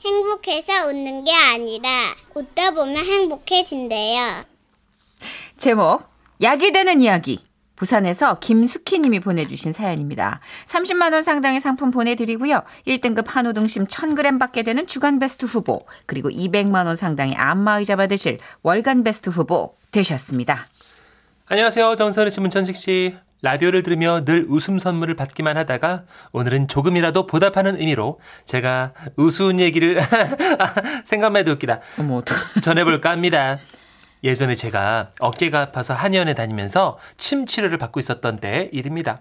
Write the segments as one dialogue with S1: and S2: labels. S1: 행복해서 웃는 게 아니라 웃다 보면 행복해진대요.
S2: 제목 약이 되는 이야기 부산에서 김숙희 님이 보내주신 사연입니다. 30만 원 상당의 상품 보내드리고요. 1등급 한우 등심 1000g 받게 되는 주간베스트 후보 그리고 200만 원 상당의 안마의자 받으실 월간베스트 후보 되셨습니다.
S3: 안녕하세요. 정선우 씨, 문천식 씨. 라디오를 들으며 늘 웃음 선물을 받기만 하다가 오늘은 조금이라도 보답하는 의미로 제가 우스운 얘기를 생각만 해도 웃기다.
S2: 어머 어떡
S3: 전해볼까 합니다. 예전에 제가 어깨가 아파서 한의원에 다니면서 침 치료를 받고 있었던 때 일입니다.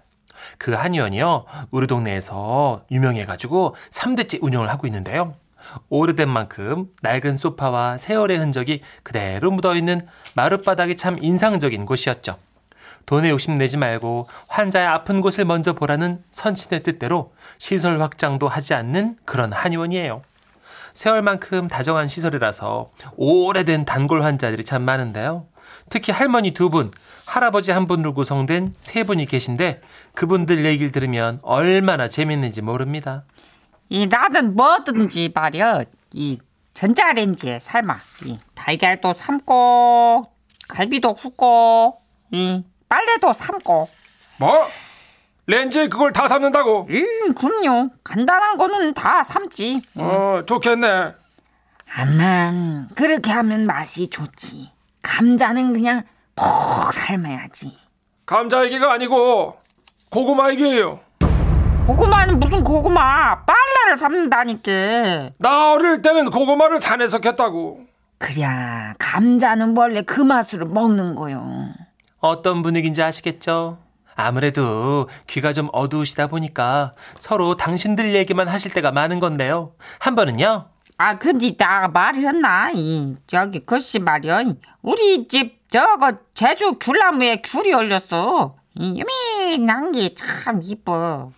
S3: 그 한의원이요, 우리 동네에서 유명해가지고 3대째 운영을 하고 있는데요. 오래된 만큼 낡은 소파와 세월의 흔적이 그대로 묻어있는 마룻바닥이 참 인상적인 곳이었죠. 돈에 욕심내지 말고 환자의 아픈 곳을 먼저 보라는 선친의 뜻대로 시설 확장도 하지 않는 그런 한의원이에요. 세월만큼 다정한 시설이라서 오래된 단골 환자들이 참 많은데요. 특히 할머니 두 분, 할아버지 한 분으로 구성된 세 분이 계신데 그분들 얘기를 들으면 얼마나 재밌는지 모릅니다.
S4: 이 나는 뭐든지 말이야 이 전자레인지에 삶아 이 달걀도 삶고 갈비도 굽고 이 빨래도 삶고
S5: 뭐? 렌즈에 그걸 다 삶는다고?
S4: 음 그럼요 간단한 거는 다 삶지
S5: 어, 좋겠네.
S4: 암만 그렇게 하면 맛이 좋지 감자는 그냥 푹 삶아야지
S5: 감자 얘기가 아니고 고구마 얘기예요.
S4: 고구마는 무슨 고구마 빨래를 삶는다니까
S5: 나 어릴 때는 고구마를 산에서 캤다고.
S4: 그랴 감자는 원래 그 맛으로 먹는 거요
S3: 어떤 분위기인지 아시겠죠? 아무래도 귀가 좀 어두우시다 보니까 서로 당신들 얘기만 하실 때가 많은 건데요. 한 번은요.
S4: 아, 근데 나 말했나? 이, 저기, 글씨 말이야. 이, 우리 집, 저거, 제주 귤나무에 귤이 올렸어. 이, 유민한 게 참 이뻐.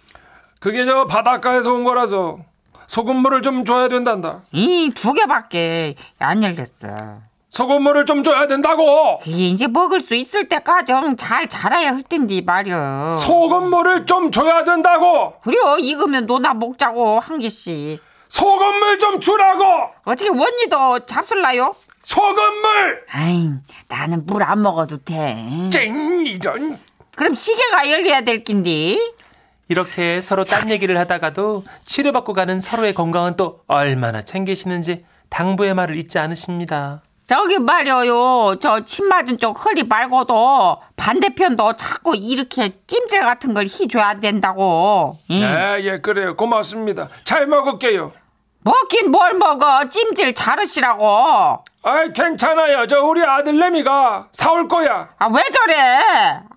S5: 그게 저 바닷가에서 온 거라서 소금물을 좀 줘야 된단다.
S4: 이, 두 개밖에 안 열렸어.
S5: 소금물을 좀 줘야 된다고.
S4: 그게 이제 먹을 수 있을 때까지 잘 자라야 할 텐데 말이야.
S5: 소금물을 좀 줘야 된다고.
S4: 그래, 익으면 너나 먹자고, 한 개씩.
S5: 소금물 좀 주라고.
S4: 어떻게 원니도 잡술라요?
S5: 소금물.
S4: 아이, 나는 물 안 먹어도 돼.
S5: 쨍 이전.
S4: 그럼 시계가 열려야 될 낀데.
S3: 이렇게 서로 딴 얘기를 하다가도 치료받고 가는 서로의 건강은 또 얼마나 챙기시는지 당부의 말을 잊지 않으십니다.
S4: 저기 말이요, 저 침 맞은 쪽 허리 말고도 반대편도 자꾸 이렇게 찜질 같은 걸 해줘야 된다고. 응.
S5: 예, 예, 그래요. 고맙습니다. 잘 먹을게요.
S4: 먹긴 뭘 먹어, 찜질 자르시라고.
S5: 아이, 괜찮아요. 저 우리 아들내미가 사올 거야.
S4: 아, 왜 저래?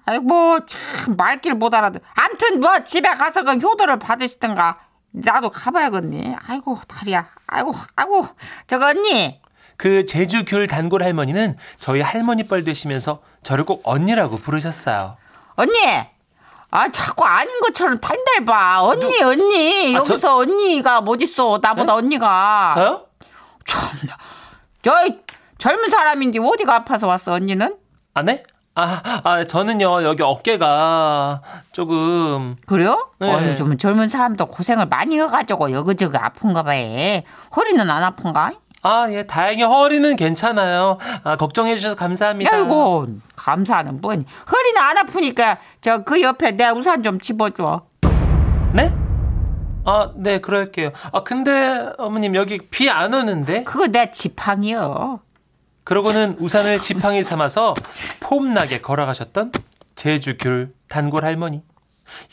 S4: 아이고, 뭐, 참, 말귀를 못 알아듣. 암튼, 뭐, 집에 가서 그 효도를 받으시든가. 나도 가봐야겠네. 아이고, 다리야. 아이고, 아이고. 저거 언니,
S3: 그 제주 귤 단골 할머니는 저희 할머니뻘 되시면서 저를 꼭 언니라고 부르셨어요.
S4: 언니. 아 자꾸 아닌 것처럼 달달 봐. 언니 언니
S3: 아, 저- 네?
S4: 여기서 언니가 뭐 있어? 나보다 언니가.
S3: 저요?
S4: 참나. 저 젊은 사람인데 어디가 아파서 왔어 언니는?
S3: 아, 네? 아, 아, 저는요, 여기 어깨가 조금,
S4: 그래요?
S3: 네.
S4: 어, 요즘 젊은 사람도 고생을 많이 해가지고 여기저기 아픈가 봐요. 허리는 안 아픈가?
S3: 아, 예, 다행히 허리는 괜찮아요. 아, 걱정해주셔서 감사합니다.
S4: 아이고 감사하는 분. 허리는 안 아프니까 저 그 옆에 내 우산 좀 집어줘.
S3: 네? 아, 네, 그럴게요. 아, 근데, 어머님, 여기 비 안 오는데?
S4: 그거 내 지팡이요.
S3: 그러고는 우산을 지팡이 삼아서 폼나게 걸어가셨던 제주귤 단골 할머니.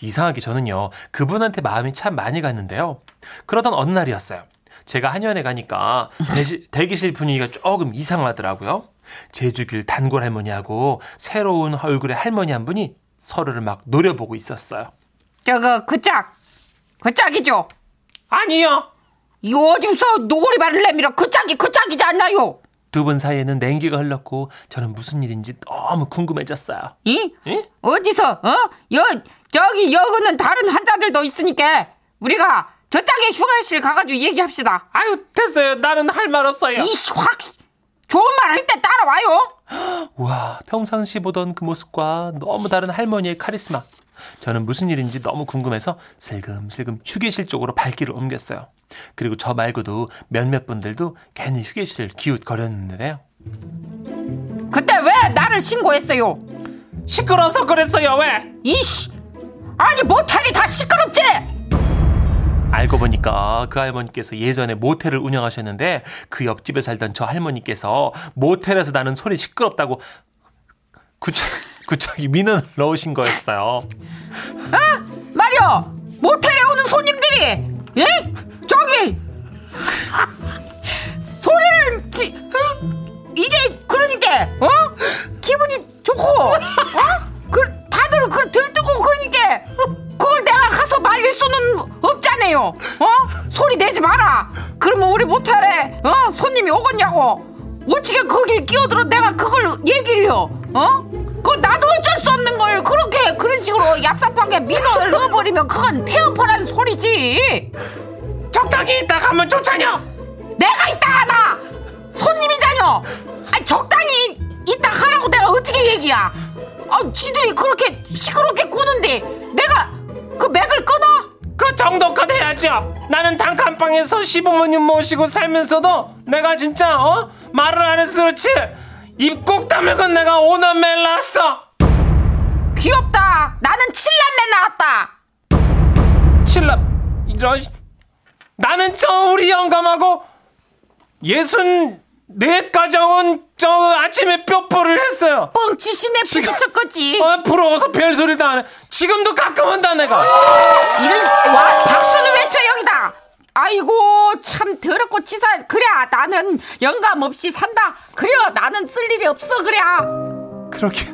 S3: 이상하게 저는요, 그분한테 마음이 참 많이 갔는데요. 그러던 어느 날이었어요. 제가 한의원에 가니까 대시- 대기실 분위기가 조금 이상하더라고요. 제주귤 단골 할머니하고 새로운 얼굴의 할머니 한 분이 서로를 막 노려보고 있었어요.
S4: 저거 그 짝, 그 짝이죠.
S3: 아니요!
S4: 이 어디서 노리발을 내밀어 그 짝이 그 짝이지 않나요?
S3: 두 분 사이에는 냉기가 흘렀고 저는 무슨 일인지 너무 궁금해졌어요.
S4: 이
S3: 예?
S4: 어디서 어여 저기 여기는 다른 환자들도 있으니까 우리가 저 짝의 휴가실 가가지고 얘기합시다.
S3: 아유 됐어요. 나는 할 말 없어요.
S4: 이확 좋은 말 할 때 따라와요.
S3: 우와 평상시 보던 그 모습과 너무 다른 할머니의 카리스마 저는 무슨 일인지 너무 궁금해서 슬금슬금 휴게실 쪽으로 발길을 옮겼어요. 그리고 저 말고도 몇몇 분들도 괜히 휴게실을 기웃거렸는데요.
S4: 그때 왜 나를 신고했어요?
S3: 시끄러워서 그랬어요, 왜?
S4: 이씨! 아니 모텔이 다 시끄럽지?
S3: 알고 보니까 그 할머니께서 예전에 모텔을 운영하셨는데 그 옆집에 살던 저 할머니께서 모텔에서 나는 소리 시끄럽다고 구청, 구청이 민원을 넣으신 거였어요.
S4: 말이야 모텔에 오는 손님들이 예? 저기 소리를 지 어? 이게 그러니까 어? 기분이 좋고 어? 그 다들 그 들뜨고 그러니까 그걸 내가 가서 말릴 수는 없잖아요 어? 소리 내지 마라 그러면 우리 모텔에 어? 손님이 오겠냐고 어떻게 거길 끼어들어 내가 그걸 얘기를 해요 어? 그거 나도 어쩔 수 없는 걸 그렇게 그런 식으로 얍삽하게 민원을 넣어버리면 그건 폐업하라는 소리지
S5: 적당히 있다 가면 좋잖여.
S4: 내가 이따 하나 손님이자녀 아 적당히 이따 하라고 내가 어떻게 얘기야 아 지들이 그렇게 시끄럽게 구는데 내가 그 맥을 끊어
S5: 그 정도껏 해야죠. 나는 단칸방에서 시부모님 모시고 살면서도 내가 진짜 어 말을 안 해서 그렇지 입국 다물건 내가 오남매 낳았어.
S4: 귀엽다 나는 칠남매 나왔다
S5: 칠라 이런 씨. 나는 저 우리 영감하고 예순 넷 가정은 저 아침에 뼈뽀를 했어요.
S4: 뻥치시네 부딪혔겠지
S5: 아 부러워서 별소리도 안 해. 지금도 가끔 한다 내가.
S4: 이런 씨- 와 박수는 외쳐 영이다 아이고 참 더럽고 치사 그래 나는 영감 없이 산다 그래 나는 쓸 일이 없어 그래 아,
S3: 그렇게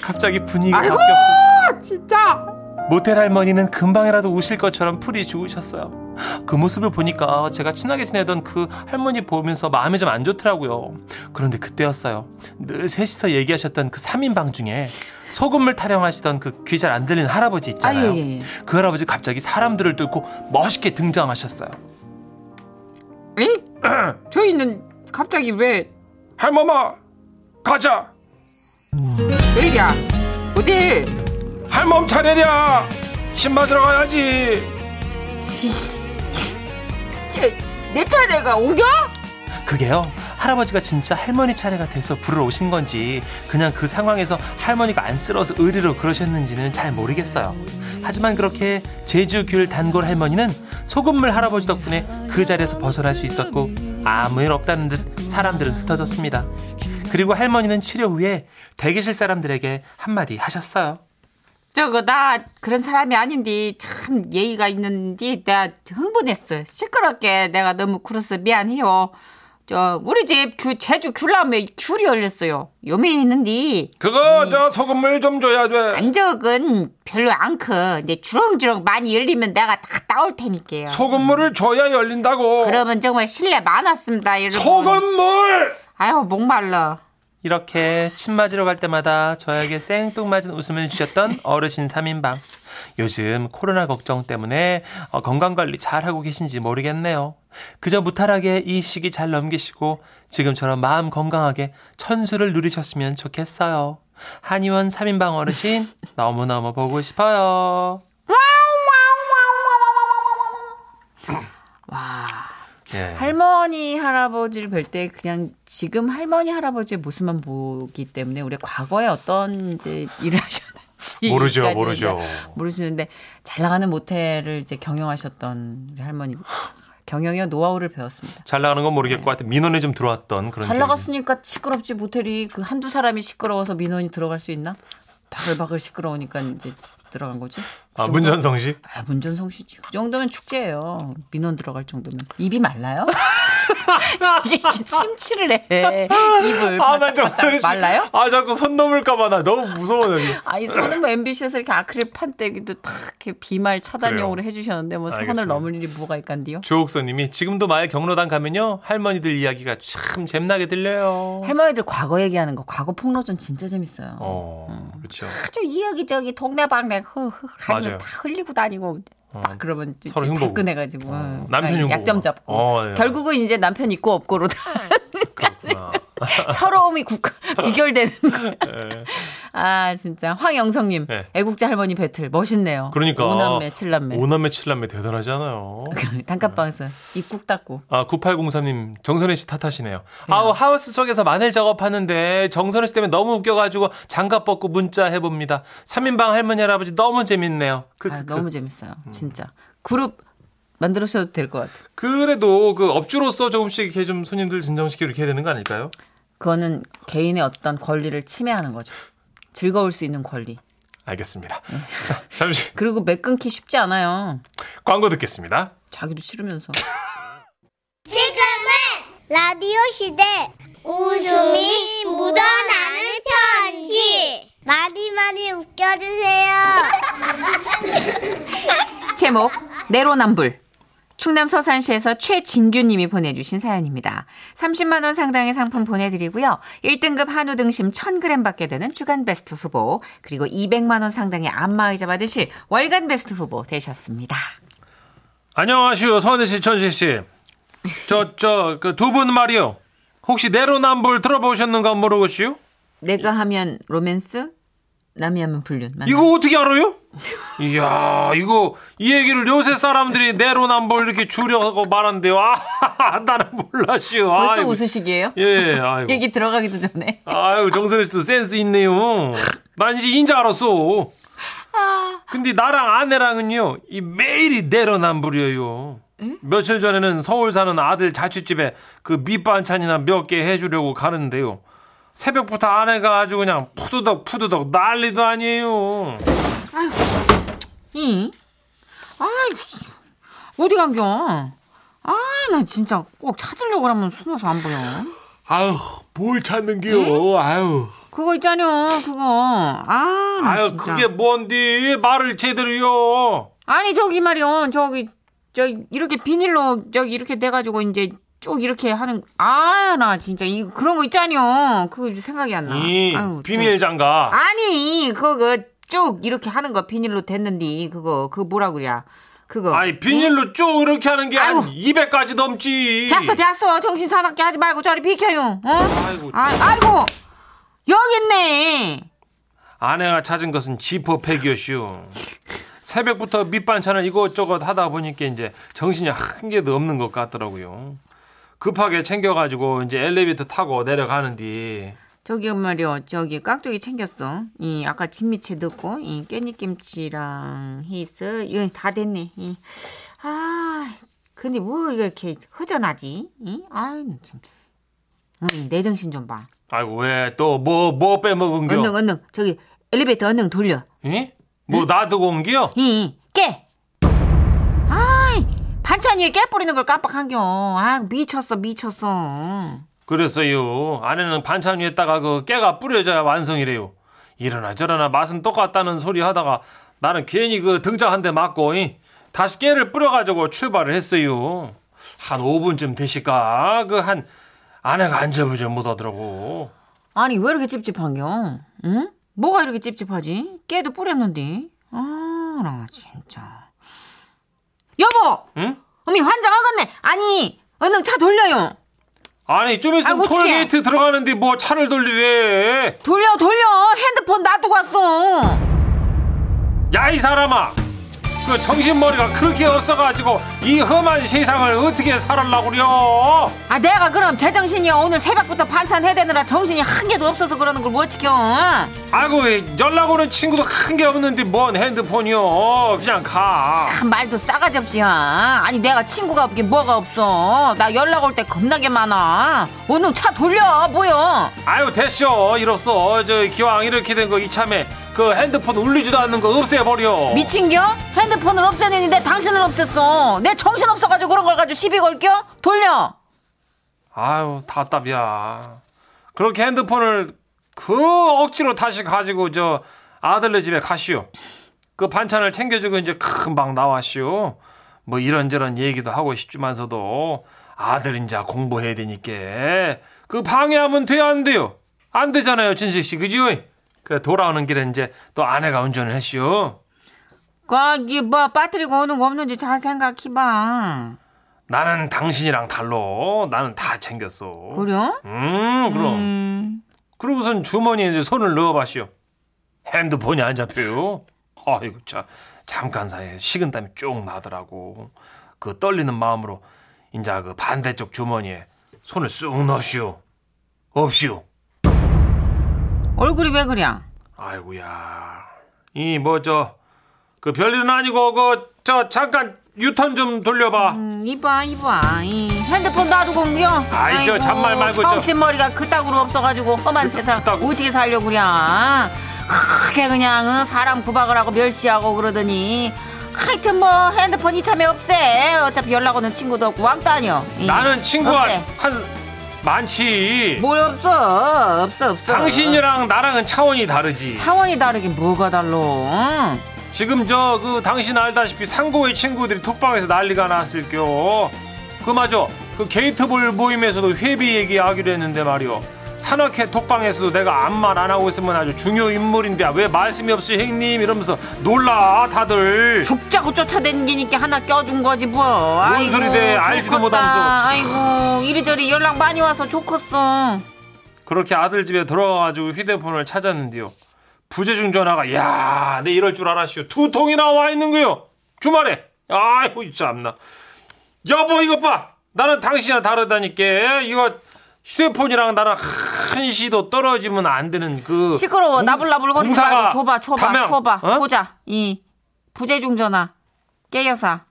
S3: 갑자기 분위기가
S4: 아이고.
S3: 바뀌었고
S4: 아 진짜
S3: 모텔 할머니는 금방이라도 우실 것처럼 풀이 죽으셨어요. 그 모습을 보니까 제가 친하게 지내던 그 할머니 보면서 마음이 좀 안 좋더라고요. 그런데 그때였어요. 늘 셋이서 얘기하셨던 그 3인방 중에 소금물 타령하시던 그 귀 잘 안 들리는 할아버지 있잖아요.
S2: 아, 예, 예.
S3: 그 할아버지 갑자기 사람들을 뚫고 멋있게 등장하셨어요.
S4: 에이? 저희는 갑자기 왜,
S5: 할머마 가자.
S4: 왜 이래? 어딜?
S5: 할멈 차례랴. 신발 들어가야지.
S4: 이씨. 쟤내 차례가 옮겨?
S3: 그게요. 할아버지가 진짜 할머니 차례가 돼서 부르러 오신 건지 그냥 그 상황에서 할머니가 안쓰러워서 의리로 그러셨는지는 잘 모르겠어요. 하지만 그렇게 제주 귤 단골 할머니는 소금물 할아버지 덕분에 그 자리에서 벗어날 수 있었고 아무 일 없다는 듯 사람들은 흩어졌습니다. 그리고 할머니는 치료 후에 대기실 사람들에게 한마디 하셨어요.
S4: 저거 나 그런 사람이 아닌데 참 예의가 있는데 내가 흥분했어. 시끄럽게 내가 너무 굴어서 미안해요. 저 우리 집 귤, 제주 귤나무에 귤이 열렸어요. 요매했는데
S5: 그거 저 소금물 좀 줘야 돼.
S4: 안적은 별로 안 커. 근데 주렁주렁 많이 열리면 내가 다 따올 테니까요.
S5: 소금물을 줘야 열린다고.
S4: 그러면 정말 실례 많았습니다, 여러분.
S5: 소금물.
S4: 아유 목말라.
S3: 이렇게 침 맞으러 갈 때마다 저에게 생뚱맞은 웃음을 주셨던 어르신 3인방. 요즘 코로나 걱정 때문에 어, 건강관리 잘하고 계신지 모르겠네요. 그저 무탈하게 이 시기 잘 넘기시고 지금처럼 마음 건강하게 천수를 누리셨으면 좋겠어요. 한의원 3인방 어르신 너무너무 보고 싶어요. 예.
S2: 할머니 할아버지를 뵐 때 그냥 지금 할머니 할아버지의 모습만 보기 때문에 우리 과거에 어떤 이제 일을 하셨는지
S3: 모르죠,
S2: 까지는
S3: 모르죠.
S2: 잘 모르시는데 잘 나가는 모텔을 이제 경영하셨던 우리 할머니 경영의 노하우를 배웠습니다.
S3: 잘 나가는 건 모르겠고 하여튼 민원에 좀 들어왔던 그런
S2: 잘
S3: 기억이
S2: 나갔으니까 시끄럽지 모텔이 그 한두 사람이 시끄러워서 민원이 들어갈 수 있나? 바글바글 시끄러우니까 이제 들어간 거지. 그
S3: 아,
S2: 정도?
S3: 문전성 씨?
S2: 아, 문전성 씨지. 그 정도면 축제예요. 민원 들어갈 정도면 입이 말라요? 이게 침치를 해. 입을 바짝바짝 말라요?
S3: 아, 자꾸 손 넘을까봐 나 너무 무서워, 여기.
S2: 아이 손은 뭐 MBC에서 이렇게 아크릴 판때기도 탁 이렇게 비말 차단용으로 해주셨는데 뭐 선을
S3: 알겠습니다.
S2: 넘을 일이 뭐가 있간디요?
S3: 조옥서님이 지금도 마을 경로당 가면요 할머니들 이야기가 참 잼나게 들려요.
S4: 어.
S2: 할머니들 과거 얘기하는 거 과거 폭로전 진짜 재밌어요.
S4: 음.
S3: 어, 그렇죠.
S4: 아주 이 여기 저기 동네방네
S3: 가면서 맞아요. 다
S4: 흘리고 다니고
S2: 막 그러면 이제
S3: 서로 흉보고. 어.
S2: 발끈해가지고 응.
S3: 남편 흉보고.
S2: 약점 잡고
S3: 어, 네.
S2: 결국은 이제 남편 있고 없고로 다
S3: 그렇구나.
S2: 서러움이 국, 귀결되는 거.
S3: 예.
S4: 아, 진짜. 황영성님.
S3: 네.
S4: 애국자 할머니 배틀. 멋있네요.
S3: 그러니까.
S4: 5남매, 7남매.
S3: 오남매, 칠남매 대단하잖아요.
S4: 단칸방에서 입국 닦고.
S3: 아, 9803님, 정선혜 씨 탓하시네요. 아우, 하우스 속에서 마늘 작업하는데, 정선혜 씨 때문에 너무 웃겨가지고, 장갑 벗고 문자 해봅니다. 3인방 할머니, 할아버지 너무 재밌네요. 그,
S4: 아, 너무 재밌어요. 진짜. 그룹 만들어셔도 될 것 같아요.
S3: 그래도 그 업주로서 조금씩 이렇게 좀 손님들 진정시키고 이렇게 해야 되는 거 아닐까요?
S4: 그거는 개인의 어떤 권리를 침해하는 거죠. 즐거울 수 있는 권리.
S3: 알겠습니다. 자, 잠시
S4: 그리고 매 끊기 쉽지 않아요.
S3: 광고 듣겠습니다.
S4: 자기도 싫으면서.
S1: 지금은 라디오 시대 웃음이 묻어나는 편지 많이 많이 웃겨주세요.
S4: 제목 내로남불 충남 서산시에서 최진규님이 보내주신 사연입니다. 30만 원 상당의 상품 보내드리고요. 1등급 한우 등심 1,000g 받게 되는 주간 베스트 후보 그리고 200만 원 상당의 안마의자 받으실 월간 베스트 후보 되셨습니다.
S3: 안녕하시오, 선혜 씨, 천식 씨. 저, 저, 그 두 분 말이요. 혹시 내로남불 들어보셨는가 모르겠시오?
S4: 내가 하면 로맨스, 남이 하면 불륜. 맞나?
S3: 이거 어떻게 알아요? 이야, 이거, 이 얘기를 요새 사람들이 내로남불 이렇게 줄여서 말한대요. 아, 나는 몰랐시오.
S4: 벌써
S3: 아이고.
S4: 웃으시기에요?
S3: 예, 아이고.
S4: 얘기 들어가기도 전에.
S3: 아유, 정선혜 씨도 센스 있네요. 난 이제 인자 알았어.
S4: 아.
S3: 근데 나랑 아내랑은요, 이 매일이 내로남불이에요. 며칠 전에는 서울 사는 아들 자취집에 그 밑반찬이나 몇 개 해주려고 가는데요. 새벽부터 아내가 아주 그냥 푸드덕 푸드덕 난리도 아니에요.
S4: 이? 아이, 어디 간겨? 아, 나 진짜 꼭 찾으려고 하면 숨어서 안 보여.
S3: 아유, 뭘 찾는겨? 아유.
S4: 그거 있잖여, 그거. 아, 나
S3: 아유,
S4: 진짜.
S3: 그게 뭐- 뭔디? 말을 제대로요.
S4: 아니, 저기 말이요. 저기, 저 이렇게 비닐로 저기 이렇게 돼가지고 이제 쭉 이렇게 하는. 아, 나 진짜 이 그런 거 있잖여. 그거 생각이 안 나.
S3: 이
S4: 아유,
S3: 비밀 장갑.
S4: 저- 아니, 그거 쭉 이렇게 하는 거 비닐로 됐는데 그거 그거 뭐라 그래야? 그거.
S3: 아니 비닐로 쭉 이렇게 하는 게 한
S4: 어. 아이고.
S3: 200까지 넘지.
S4: 됐어 됐어 정신 사납게 하지 말고 저리 비켜요 어?
S3: 아이고.
S4: 아, 아이고 여기 있네
S3: 아내가 찾은 것은 지퍼팩이었슈. 새벽부터 밑반찬을 이것저것 하다 보니까 이제 정신이 한 개도 없는 것 같더라고요. 급하게 챙겨가지고 이제 엘리베이터 타고 내려가는데
S4: 저기 말이요 저기 깍두기 챙겼어 이 아까 진미채 넣고 이 깻잎김치랑 히스 이거 다 됐네 이. 아 근데 뭐 이렇게 허전하지 이? 아유 참. 어이, 내 정신 좀봐
S3: 아이고 왜 또 뭐 뭐 빼먹은겨?
S4: 언능 언능 저기 엘리베이터 언능 돌려
S3: 예? 뭐 놔두고 온겨?
S4: 이, 깨! 아이, 반찬 위에 깨 뿌리는 걸 깜빡한겨. 아, 미쳤어, 미쳤어.
S3: 그랬어요. 아내는 반찬 위에다가 그 깨가 뿌려져야 완성이래요. 이러나 저러나 맛은 똑같다는 소리 하다가 나는 괜히 그 등장 한 대 맞고 이, 다시 깨를 뿌려가지고 출발을 했어요. 한 5분쯤 되실까 그 한 아내가 앉아보질 못하더라고.
S4: 아니, 왜 이렇게 찝찝한겨? 응? 뭐가 이렇게 찝찝하지? 깨도 뿌렸는데. 아, 나 진짜. 여보!
S3: 응?
S4: 어미 환장하겠네! 아니, 얼른 차 돌려요!
S3: 아니 좀 있으면
S4: 아이고, 어떡해.
S3: 톨게이트 들어가는데 뭐 차를 돌리래.
S4: 돌려, 돌려! 핸드폰 놔두고 왔어!
S3: 야 이 사람아. 그 정신머리가 그렇게 없어가지고 이 험한 세상을 어떻게 살았라고 그려.
S4: 아, 내가 그럼 제정신이야. 오늘 새벽부터 반찬 해대느라 정신이 한 개도 없어서 그러는 걸 못 지켜.
S3: 아이고 연락 오는 친구도 큰 게 없는데 뭔 핸드폰이요 어, 그냥 가
S4: 아, 말도 싸가지 없이야. 아니 내가 친구가 없긴 뭐가 없어. 나 연락 올 때 겁나게 많아. 오늘 차 돌려 뭐야?
S3: 아유 됐쇼 일 없어 저 기왕 이렇게 된 거 이참에 그 핸드폰 울리지도 않는 거 없애버려
S4: 미친겨? 핸드폰을 없애는데 당신을 없앴어. 내 정신 없어가지고 그런 걸 가지고 시비 걸겨? 돌려.
S3: 아유 답답이야 그렇게 핸드폰을 그 억지로 다시 가지고 저 아들네 집에 가시오 그 반찬을 챙겨주고 이제 금방 나왔시오 뭐 이런저런 얘기도 하고 싶지만서도 아들 인자 공부해야 되니까 그 방해하면 돼 안 돼요 안 되잖아요 진식 씨 그지요 그 돌아오는 길에 이제 또 아내가 운전을 했시오
S4: 거기 뭐 빠뜨리고 오는 거 없는지 잘 생각해봐.
S3: 나는 당신이랑 달러 나는 다 챙겼어
S4: 그래?
S3: 음 그럼
S4: 음,
S3: 그러고선 주머니에 이제 손을 넣어봤시오. 핸드폰이 안 잡혀요. 아이고 참 잠깐 사이에 식은땀이 쭉 나더라고. 그 떨리는 마음으로 인자 그 반대쪽 주머니에 손을 쑥 넣으시오. 없시오.
S4: 얼굴이 왜 그냥?
S3: 아이고야. 이 뭐 저 그 별일은 아니고 그 저 잠깐 유턴 좀 돌려봐.
S4: 음, 이봐 이봐 이 핸드폰 놔두고 온겨
S3: 아이, 저 잔말 말고 저-
S4: 정신머리가 그따구로 없어가지고 험한 세상
S3: 그따구.
S4: 오지게 살려고 그냥 크게 그냥 어, 사람 구박을 하고 멸시하고 그러더니 하여튼 뭐 핸드폰 이참에 없애 어차피 연락 오는 친구도 없고 왕따 아니여 이,
S3: 나는 친구가
S4: 없애.
S3: 한 많지.
S4: 뭘 없어 없어 없어
S3: 당신이랑 나랑은 차원이 다르지.
S4: 차원이 다르긴 뭐가 달라 응?
S3: 지금 저 그 당신 알다시피 상고의 친구들이 톡방에서 난리가 났을겨. 그마저 그 게이트볼 모임에서도 회비 얘기하기로 했는데 말이오. 산악회 톡방에서도 내가 아무 말 안 하고 있으면 아주 중요 인물인데 왜 말씀이 없이 형님 이러면서 놀라 다들.
S4: 죽자고 쫓아다니니까 하나 껴준 거지 뭐. 뭔
S3: 소리대. 알지도 못하면서.
S4: 아이고 이리저리 연락 많이 와서 좋겠어.
S3: 그렇게 아들 집에 들어가가지고 휴대폰을 찾았는데요. 부재중 전화가 야, 내 이럴 줄 알았슈. 두 통이나 와 있는 거요. 주말에. 아이고 참나. 여보 이것 봐. 나는 당신이랑 다르다니까. 이거 휴대폰이랑 나랑 한시도 떨어지면 안 되는 그
S4: 시끄러워
S3: 공-
S4: 나불나불 거리지
S3: 공사가
S4: 말고 줘봐 줘봐
S3: 담양,
S4: 줘봐
S3: 어?
S4: 보자 이 부재중 전화 깨여사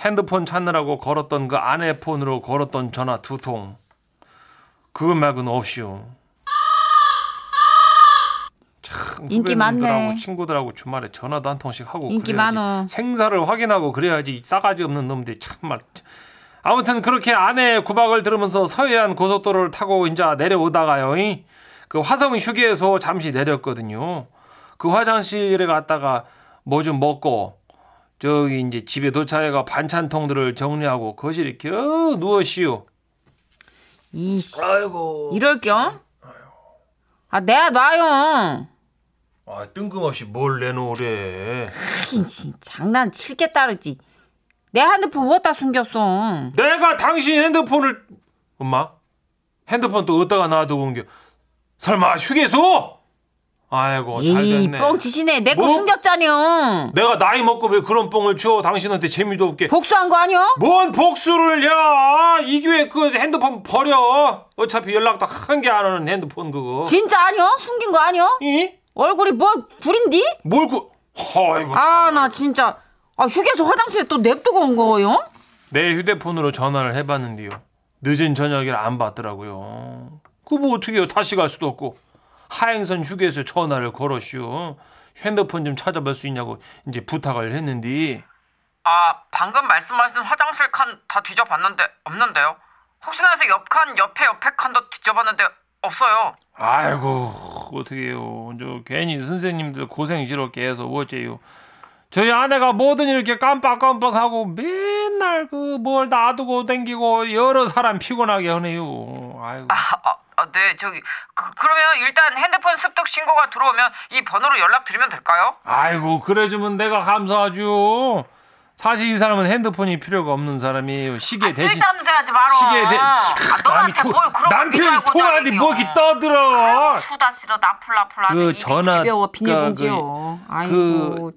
S3: 핸드폰 찾느라고 걸었던 그 아내 폰으로 걸었던 전화 두 통. 그것 말고는 없이요. 참
S4: 인기
S3: 후배님들하고
S4: 많네.
S3: 친구들하고 주말에 전화도 한 통씩 하고
S4: 인기
S3: 그래야지
S4: 많어.
S3: 생사를 확인하고 그래야지 이 싸가지 없는 놈들이 참말. 아무튼 그렇게 아내의 구박을 들으면서 서해안 고속도로를 타고 이제 내려오다가요. 이. 그 화성 휴게소 잠시 내렸거든요. 그 화장실에 갔다가 뭐 좀 먹고 저기 이제 집에 도착해가 반찬통들을 정리하고 거실에 겨우 누워시오.
S4: 이씨
S3: 아이고.
S4: 이럴 겸아 내놔요
S3: 아 뜬금없이 뭘 내놓으래.
S4: 하긴 진 장난 칠게 따르지 내 핸드폰 어디다 숨겼어
S3: 내가 당신 핸드폰을 엄마 핸드폰 또 어디다가 놔두고 온겨? 설마 휴게소? 아이고 어, 잘
S4: 이
S3: 됐네.
S4: 뻥치시네 내 거
S3: 뭐?
S4: 숨겼잖여
S3: 내가 나이 먹고 왜 그런 뻥을 쳐? 당신한테 재미도 없게.
S4: 복수한 거 아니여?
S3: 뭔 복수를 야! 이 기회 그 핸드폰 버려. 어차피 연락도 한 개 안 오는 핸드폰 그거.
S4: 진짜 아니여? 숨긴 거 아니여?
S3: 이?
S4: 얼굴이 뭐 불인디?
S3: 뭘 구? 아이고.
S4: 아 나 진짜 아 휴게소 화장실에 또 냅두고 온 거요?
S3: 내 휴대폰으로 전화를 해봤는데요. 늦은 저녁이라 안 받더라고요. 그 뭐 어떻게 해요? 다시 갈 수도 없고. 하행선 휴게소에 전화를 걸었슈. 핸드폰 좀 찾아볼 수 있냐고 이제 부탁을 했는데
S6: 아, 방금 말씀하신 화장실 칸 다 뒤져봤는데 없는데요. 혹시나 해서 옆칸, 옆에 옆에 칸도 뒤져봤는데 없어요.
S3: 아이고 어떻게 해요. 저 괜히 선생님들 고생 지럽게 해서 어째요. 저희 아내가 뭐든 이렇게 깜빡깜빡하고 맨날 그 뭘 놔두고 댕기고 여러 사람 피곤하게 하네요. 아이고.
S6: 아, 아, 아, 네, 저기 그, 그러면 일단 핸드폰 습득 신고가 들어오면 이 번호로 연락 드리면 될까요?
S3: 아이고 그래주면 내가 감사하죠. 사실 이 사람은 핸드폰이 필요가 없는 사람이에요. 시계 대신
S6: 쓸데없는 소리 하지 마라.
S3: 시계 대
S6: 아, 너한테
S3: 통-
S6: 뭘 그런
S3: 남편이
S6: 걸
S3: 통화하니
S6: 믿어.
S3: 뭐 이렇게 떠들어.
S6: 수다 싫어, 나풀나풀 하네.
S3: 그
S6: 이게.
S3: 전화
S4: 가벼워
S3: 그-
S4: 비닐봉지요. 아이고
S3: 그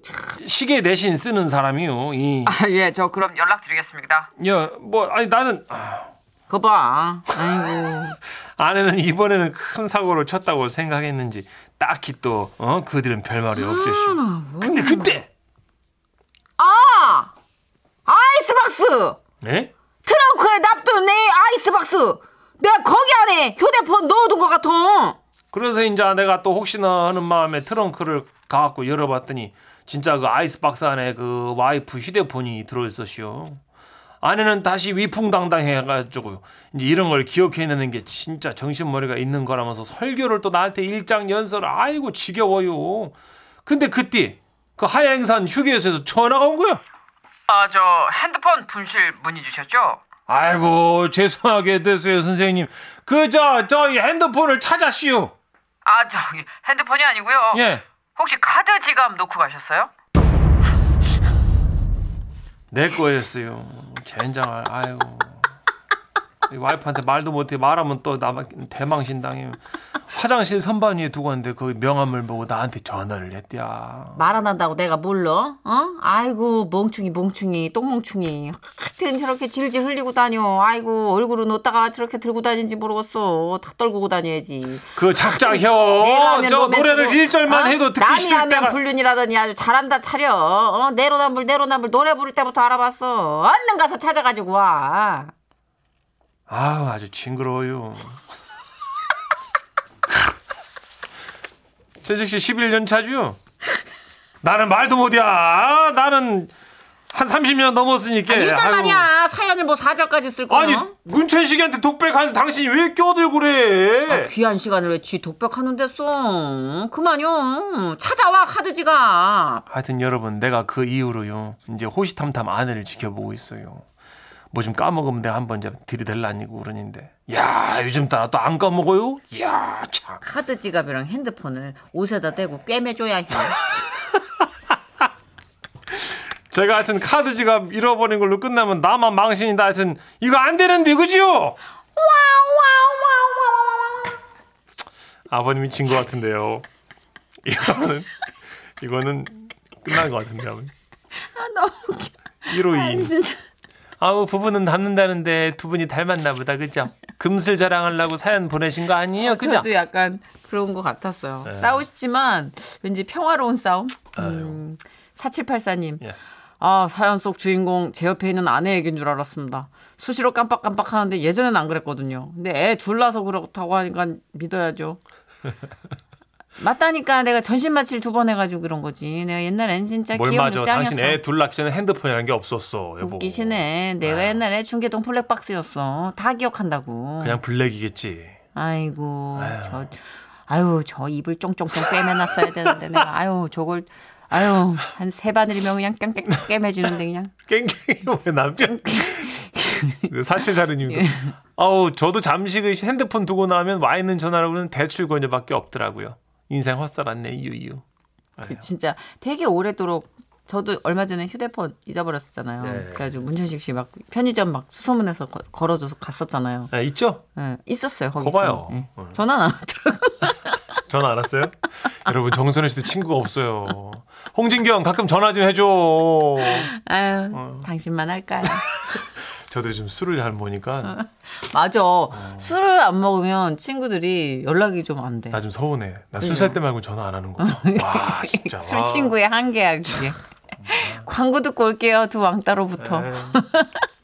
S3: 시계 대신 쓰는 사람이요. 이.
S4: 참예저 그럼
S6: 그럼 연락 드리겠습니다.
S3: 야, 뭐 아니 나는 아,
S4: 그봐 아이고
S3: 아내는 이번에는 큰 사고를 쳤다고 생각했는지 딱히 또 어? 그들은 별말이 없었슈. 근데 그때
S4: 아 아이스박스
S3: 예?
S4: 트렁크에 납둔 내 아이스박스 내가 거기 안에 휴대폰 넣어둔 것 같아
S3: 그래서 이제 내가 또 혹시나 하는 마음에 트렁크를 가갖고 열어봤더니 진짜 그 아이스박스 안에 그 와이프 휴대폰이 들어있었시오. 아내는 다시 위풍당당해가지고 이제 이런 걸 기억해내는 게 진짜 정신머리가 있는 거라면서 설교를 또 나한테 일장 연설 아이고 지겨워요. 근데 그때 그 하행산 휴게소에서 전화가 온 거야.
S6: 아, 저 핸드폰 분실 문의 주셨죠?
S3: 아이고 죄송하게 됐어요 선생님. 그저 저희 핸드폰을 찾았시오.
S6: 아, 저기 핸드폰이 아니고요.
S3: 예.
S6: 혹시 카드 지갑 놓고 가셨어요?
S3: 내 거였어요. 젠장할 아이고. 이 와이프한테 말도 못해 말하면 또 나만 대망신당해. 화장실 선반 위에 두고 왔는데 그 명함을 보고 나한테 전화를 했대야.
S4: 말 안 한다고 내가 몰라? 어? 아이고 멍충이 멍충이 똥멍충이 하여튼 저렇게 질질 흘리고 다녀 아이고 얼굴은 어디다가 저렇게 들고 다니는지 모르겠어 다 떨구고 다녀야지
S3: 그 작작혀.
S4: 내가 하면
S3: 저
S4: 몸에
S3: 노래를
S4: 쓰고,
S3: 일절만
S4: 어?
S3: 해도 듣기
S4: 남이
S3: 싫을
S4: 하면
S3: 때가
S4: 불륜이라더니 아주 잘한다 차려 어? 내로남불 내로남불 노래 부를 때부터 알아봤어 얼른 가서 찾아가지고 와
S3: 아우 아주 징그러워요. 재직 씨 11년 차죠? 나는 말도 못이야. 나는 한 30년 넘었으니까.
S4: 아, 1절만이야 사연을 뭐 4절까지 쓸 거야
S3: 예, 아니 문천식이한테 독백하는 당신이 왜 껴들고 그래?
S4: 아, 귀한 시간을 왜 쥐 독백하는데 써 그만요 찾아와 카드지가
S3: 하여튼 여러분 내가 그 이후로요 이제 호시탐탐 아내를 지켜보고 있어요. 뭐 좀 까먹으면 내가 한번 이제 들이댈라 아니고 그러는데. 야 요즘 따라 또 안 까먹어요? 예. 야 참.
S4: 카드 지갑이랑 핸드폰을 옷에다 대고 꿰매줘야 해.
S3: 제가 하여튼 카드 지갑 잃어버린 걸로 끝나면 나만 망신이다. 하여튼 이거 안 되는데 그지요? 아버님이 진 것 같은데요. 이거는 이거는 끝난 것 같은데 아버님.
S4: 너무 웃겨. 아,
S3: 152.
S4: 진짜.
S3: 아우 부부는 닮는다는데 두 분이 닮았나 보다 그죠? 금슬 자랑하려고 사연 보내신 거 아니에요 그죠?
S4: 어,
S3: 네.
S4: 저도 약간 그런 것 같았어요. 싸우시지만 왠지 평화로운 싸움. 음, 4784님.
S3: 예.
S4: 아, 사연 속 주인공 제 옆에 있는 아내 얘기인 줄 알았습니다. 수시로 깜빡깜빡 하는데 예전엔 안 그랬거든요. 근데 애 둘러서 그렇다고 하니까 믿어야죠. 맞다니까 내가 전신 마취를 두 번 해가지고 그런 거지. 내가 옛날엔 진짜
S3: 뭘
S4: 기억력
S3: 맞아?
S4: 짱이었어.
S3: 당신 애 둘 낳기 전에 핸드폰이라는 게 없었어 여보.
S4: 웃기시네. 내가 옛날에 중계동 블랙박스였어. 다 기억한다고.
S3: 그냥 블랙이겠지.
S4: 아이고 저 아유 저 입을 쫑쫑쫑 꿰매놨어야 되는데 내가 아유 저걸 아유 한 세 바늘이면 그냥 깡깡 꿰매지는데 그냥
S3: 깽깽이 왜 남편?
S4: 예.
S3: 사채사르님도 아우 저도 잠시 그 핸드폰 두고 나면 와 있는 전화로는 대출 권유밖에 없더라고요. 인생 헛살았네 유유.
S4: 그 진짜 되게 오래도록 저도 얼마 전에 휴대폰 잊어버렸었잖아요.
S3: 예.
S4: 그래가지고 문천식 씨 막 편의점 막 수소문해서 거- 걸어줘서 갔었잖아요.
S3: 아, 있죠?
S4: 예, 있었어요 거기.
S3: 거봐요.
S4: 있으면. 예.
S3: 어.
S4: 전화는 안 하더라고.
S3: 전화 안 왔어요? 여러분 정선혜 씨도 친구가 없어요. 홍진경 가끔 전화 좀 해줘.
S4: 아유 당신만 할까요?
S3: 저도 요즘 술을 잘 먹으니까
S4: 맞아. 술을 안 먹으면 친구들이 연락이 좀 안 돼.
S3: 나 좀 서운해. 나 술 살 때 말고 전화 안 하는 거. 와 진짜.
S4: 아, 술
S3: 와.
S4: 친구의 한계야 그게. 광고 듣고 올게요 두 왕따로부터.
S3: 네.